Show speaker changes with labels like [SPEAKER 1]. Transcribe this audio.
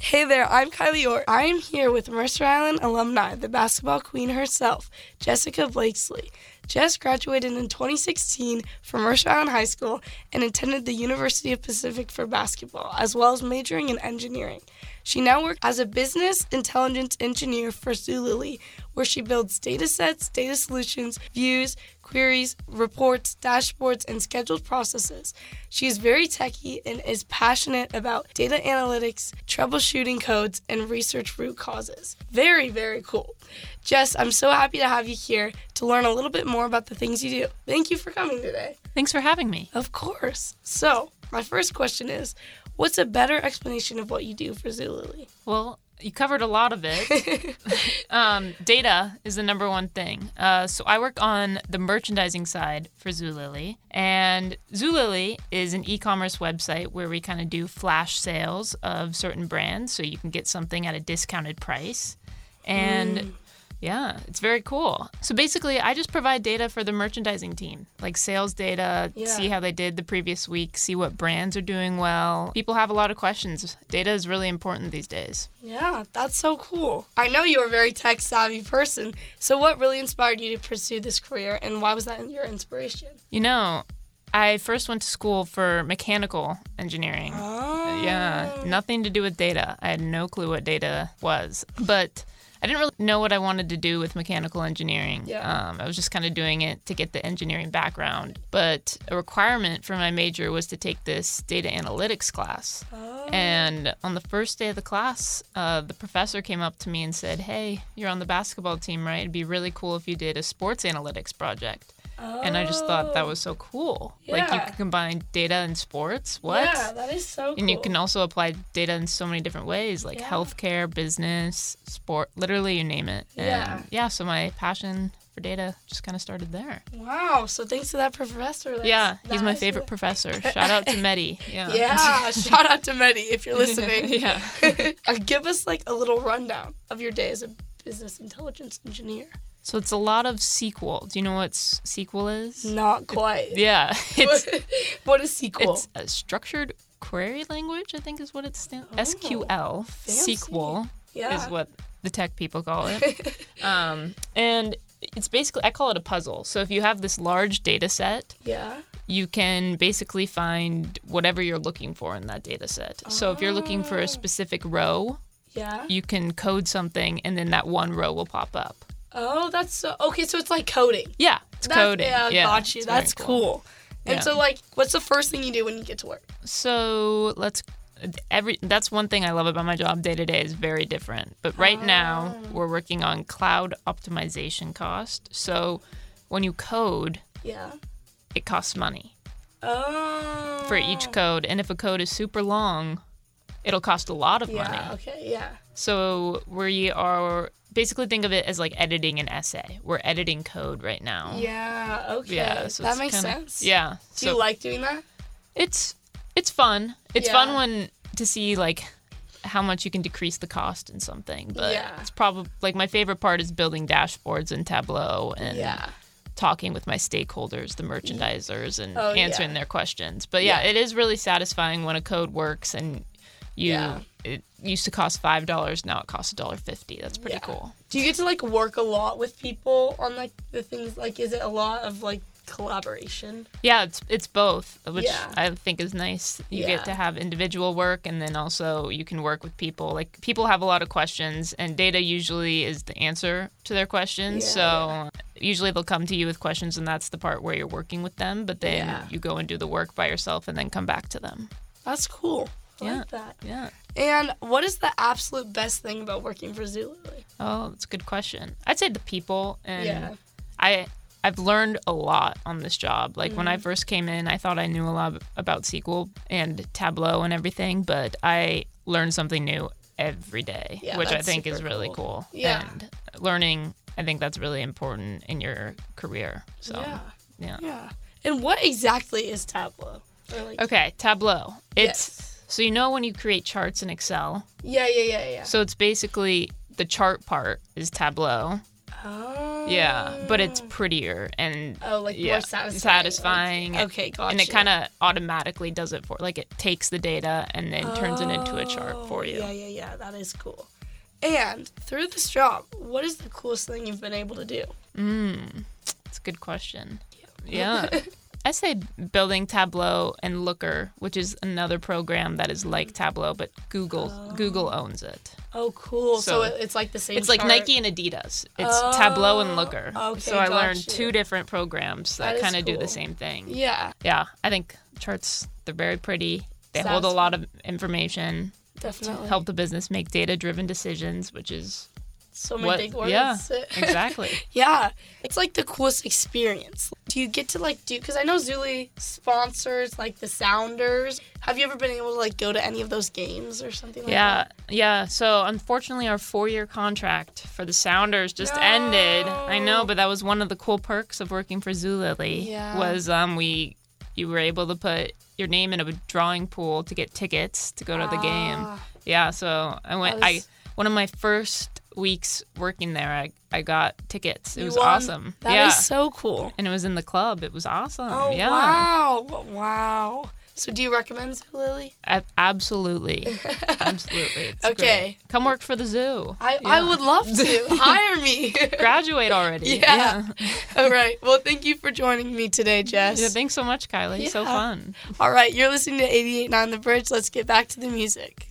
[SPEAKER 1] Hey there, I'm Kylie Orr. I am here with Mercer Island alumni, the basketball queen herself, Jessica Blakesley. Jess graduated in 2016 from Mercer Island High School and attended the University of Pacific for basketball, as well as majoring in engineering. She now works as a business intelligence engineer for Zulily, where she builds data sets, data solutions, views, queries, reports, dashboards, and scheduled processes. She is very techy and is passionate about data analytics, troubleshooting codes, and research root causes. Very, very cool. Jess, I'm so happy to have you here to learn a little bit more about the things you do. Thank you for coming today.
[SPEAKER 2] Thanks for having me.
[SPEAKER 1] Of course. So, my first question is What's a better explanation of what you do for Zulily?
[SPEAKER 2] Well, you covered a lot of it. um, data is the number one thing. Uh, so I work on the merchandising side for Zulily, and Zulily is an e-commerce website where we kind of do flash sales of certain brands, so you can get something at a discounted price, and. Yeah, it's very cool. So basically, I just provide data for the merchandising team, like sales data,
[SPEAKER 1] Yeah.
[SPEAKER 2] see how they did the previous week, see what brands are doing well. People have a lot of questions. Data is really important these days.
[SPEAKER 1] Yeah, that's so cool. I know you're a very tech savvy person. So, what really inspired you to pursue this career, and why was that your inspiration?
[SPEAKER 2] You know, I first went to school for mechanical engineering.
[SPEAKER 1] Oh,
[SPEAKER 2] Yeah, nothing to do with data. I had no clue what data was, but I didn't really know what I wanted to do with mechanical engineering.
[SPEAKER 1] Yeah.
[SPEAKER 2] Um, I was just kind of doing it to get the engineering background. But a requirement for my major was to take this data analytics class.
[SPEAKER 1] Oh. Ah.
[SPEAKER 2] And on the first day of the class, uh, the professor came up to me and said, Hey, you're on the basketball team, right? It'd be really cool if you did a sports analytics project. And I just thought that was so cool. Like
[SPEAKER 1] Oh.
[SPEAKER 2] you
[SPEAKER 1] Yeah.
[SPEAKER 2] could combine data and sports.
[SPEAKER 1] Oh.
[SPEAKER 2] What?
[SPEAKER 1] Yeah, that is so cool.
[SPEAKER 2] And you can also apply data in so many different ways, like
[SPEAKER 1] Yeah.
[SPEAKER 2] healthcare, business, sport, literally you name it. And
[SPEAKER 1] Yeah.
[SPEAKER 2] yeah, so my passion for data just kind of started there.
[SPEAKER 1] Wow, so thanks to that professor. That's,
[SPEAKER 2] yeah, he's my
[SPEAKER 1] that is-
[SPEAKER 2] favorite professor. Shout out to Mehdi. Yeah.
[SPEAKER 1] Yeah, shout out to Mehdi if you're listening.
[SPEAKER 2] yeah.
[SPEAKER 1] Uh, Give us like a little rundown of your day as a business intelligence engineer.
[SPEAKER 2] So it's a lot of SQL. Do you know what s- SQL is?
[SPEAKER 1] Not quite.
[SPEAKER 2] Yeah. It's
[SPEAKER 1] what is SQL?
[SPEAKER 2] It's a structured query language, I think is what it stands. SQL,
[SPEAKER 1] Oh, fancy.
[SPEAKER 2] SQL
[SPEAKER 1] Yeah.
[SPEAKER 2] is what the tech people call it. um, and it's basically I call it a puzzle. So if you have this large data set,
[SPEAKER 1] yeah.
[SPEAKER 2] you can basically find whatever you're looking for in that data set. So if you're looking
[SPEAKER 1] Oh.
[SPEAKER 2] for a specific row,
[SPEAKER 1] Yeah.
[SPEAKER 2] you can code something and then that one row will pop up.
[SPEAKER 1] Oh, that's so okay. So it's like coding.
[SPEAKER 2] Yeah, it's
[SPEAKER 1] That's,
[SPEAKER 2] coding.
[SPEAKER 1] Yeah, got you.
[SPEAKER 2] it's very
[SPEAKER 1] That's cool. And
[SPEAKER 2] Yeah.
[SPEAKER 1] so, like, what's the first thing you do when you get to work?
[SPEAKER 2] so let's every that's one thing i love about my job day to day is very different but
[SPEAKER 1] Ah.
[SPEAKER 2] right now we're working on cloud optimization cost so when you code
[SPEAKER 1] Yeah.
[SPEAKER 2] it costs money
[SPEAKER 1] Oh.
[SPEAKER 2] for each code and if a code is super long it'll cost a lot of money
[SPEAKER 1] Yeah. Okay. Yeah.
[SPEAKER 2] so we are basically think of it as like editing an essay we're editing code right now
[SPEAKER 1] Yeah. Okay.
[SPEAKER 2] Um, yeah so
[SPEAKER 1] that
[SPEAKER 2] it's
[SPEAKER 1] makes
[SPEAKER 2] kinda-
[SPEAKER 1] sense.
[SPEAKER 2] yeah
[SPEAKER 1] Do you like doing that?
[SPEAKER 2] it's it's fun. It's fun
[SPEAKER 1] Yeah.
[SPEAKER 2] when to see like how much you can decrease the cost in something. But
[SPEAKER 1] Yeah.
[SPEAKER 2] it's probably like my favorite part is building dashboards and Tableau and
[SPEAKER 1] Yeah.
[SPEAKER 2] talking with my stakeholders, the merchandisers, and
[SPEAKER 1] Oh,
[SPEAKER 2] answering
[SPEAKER 1] yeah.
[SPEAKER 2] their questions. But yeah,
[SPEAKER 1] Yeah.
[SPEAKER 2] it is really satisfying when a code works and you.
[SPEAKER 1] Yeah.
[SPEAKER 2] It used to cost five dollars. Now it costs a dollar fifty. That's pretty
[SPEAKER 1] Yeah.
[SPEAKER 2] cool.
[SPEAKER 1] Do you get to like work a lot with people on like the things? Like, is it a lot of like collaboration?
[SPEAKER 2] Yeah, it's it's both, which
[SPEAKER 1] Yeah.
[SPEAKER 2] I think is nice. You
[SPEAKER 1] Yeah.
[SPEAKER 2] get to have individual work, and then also you can work with people. Like people have a lot of questions, and data usually is the answer to their questions.
[SPEAKER 1] Yeah,
[SPEAKER 2] so usually they'll come to you with questions, and that's the part where you're working with them. But then
[SPEAKER 1] Yeah.
[SPEAKER 2] you go and do the work by yourself, and then come back to them.
[SPEAKER 1] That's cool. I
[SPEAKER 2] Yeah.
[SPEAKER 1] like that.
[SPEAKER 2] Yeah.
[SPEAKER 1] And what is the absolute best thing about working for Zulu?
[SPEAKER 2] Oh, that's a good question. I'd say the people and
[SPEAKER 1] Yeah.
[SPEAKER 2] I I've learned a lot on this job. Like when I
[SPEAKER 1] Mm-hmm.
[SPEAKER 2] first came in, I thought I knew a lot about SQL and Tableau and everything, but I learned something new every day,
[SPEAKER 1] Yeah,
[SPEAKER 2] which I
[SPEAKER 1] that's
[SPEAKER 2] think is
[SPEAKER 1] super
[SPEAKER 2] really
[SPEAKER 1] cool.
[SPEAKER 2] cool.
[SPEAKER 1] Yeah.
[SPEAKER 2] And learning, I think that's really important in your career. So,
[SPEAKER 1] Yeah.
[SPEAKER 2] yeah.
[SPEAKER 1] Yeah. And what exactly is Tableau? Or like,
[SPEAKER 2] Okay, Tableau. It's
[SPEAKER 1] Yes.
[SPEAKER 2] so you know when you create charts in Excel.
[SPEAKER 1] Yeah, yeah, yeah, yeah.
[SPEAKER 2] So it's basically the chart part is Tableau.
[SPEAKER 1] Oh.
[SPEAKER 2] Yeah, but it's prettier and
[SPEAKER 1] Oh, like more
[SPEAKER 2] yeah,
[SPEAKER 1] satisfying,
[SPEAKER 2] satisfying.
[SPEAKER 1] like- okay,
[SPEAKER 2] And
[SPEAKER 1] gotcha.
[SPEAKER 2] it kind of automatically does it for like it takes the data and then turns it into a
[SPEAKER 1] Oh,
[SPEAKER 2] chart for you.
[SPEAKER 1] Yeah, yeah, yeah. That is cool. And through this job, what is the coolest thing you've been able to do?
[SPEAKER 2] Mm, It's a good question. Yeah. I say building Tableau and Looker, which is another program that is like Tableau, but Google Google owns it.
[SPEAKER 1] Oh, cool. So,
[SPEAKER 2] So-
[SPEAKER 1] it- it's like the same.
[SPEAKER 2] It's like
[SPEAKER 1] chart.
[SPEAKER 2] Nike and Adidas. It's Tableau and
[SPEAKER 1] Oh,
[SPEAKER 2] Looker.
[SPEAKER 1] okay,
[SPEAKER 2] so I
[SPEAKER 1] got
[SPEAKER 2] learned
[SPEAKER 1] you.
[SPEAKER 2] two different programs that,
[SPEAKER 1] That is
[SPEAKER 2] kind of do
[SPEAKER 1] cool.
[SPEAKER 2] the same thing.
[SPEAKER 1] Yeah,
[SPEAKER 2] Yeah, I think charts they're very pretty. They hold a
[SPEAKER 1] Sounds
[SPEAKER 2] lot of information to
[SPEAKER 1] definitely.
[SPEAKER 2] help the business make data-driven decisions, which is
[SPEAKER 1] So many
[SPEAKER 2] what
[SPEAKER 1] big words.
[SPEAKER 2] yeah, exactly.
[SPEAKER 1] yeah. It's like the coolest experience. Do you get to like do? Because I know Zuli sponsors like the Sounders. Have you ever been able to like go to any of those games or something like
[SPEAKER 2] Yeah,
[SPEAKER 1] that?
[SPEAKER 2] yeah. So unfortunately, our four-year contract for the Sounders just ended. I know,
[SPEAKER 1] No.
[SPEAKER 2] but that was one of the cool perks of working for Zulily.
[SPEAKER 1] Yeah.
[SPEAKER 2] Was um we you were able to put your name in a drawing pool to get tickets to go to the game.
[SPEAKER 1] Ah.
[SPEAKER 2] Yeah. So I went.
[SPEAKER 1] That is-
[SPEAKER 2] I one of my first weeks working there, I I got tickets. It
[SPEAKER 1] You
[SPEAKER 2] was
[SPEAKER 1] won.
[SPEAKER 2] awesome.
[SPEAKER 1] That is
[SPEAKER 2] yeah.
[SPEAKER 1] so cool.
[SPEAKER 2] and it was in the club. It was awesome.
[SPEAKER 1] Oh
[SPEAKER 2] yeah.
[SPEAKER 1] wow, wow. So do you recommend Zulily?
[SPEAKER 2] A- absolutely. absolutely. It's great.
[SPEAKER 1] Okay.
[SPEAKER 2] Come work for the zoo.
[SPEAKER 1] I, I
[SPEAKER 2] Yeah.
[SPEAKER 1] would love to. Hire me.
[SPEAKER 2] graduate already.
[SPEAKER 1] Yeah.
[SPEAKER 2] Yeah.
[SPEAKER 1] All right. Well, thank you for joining me today, Jess.
[SPEAKER 2] Yeah, thanks so much, Kylie. So
[SPEAKER 1] Yeah.
[SPEAKER 2] fun.
[SPEAKER 1] All right. You're listening to 88.9 The Bridge. Let's get back to the music.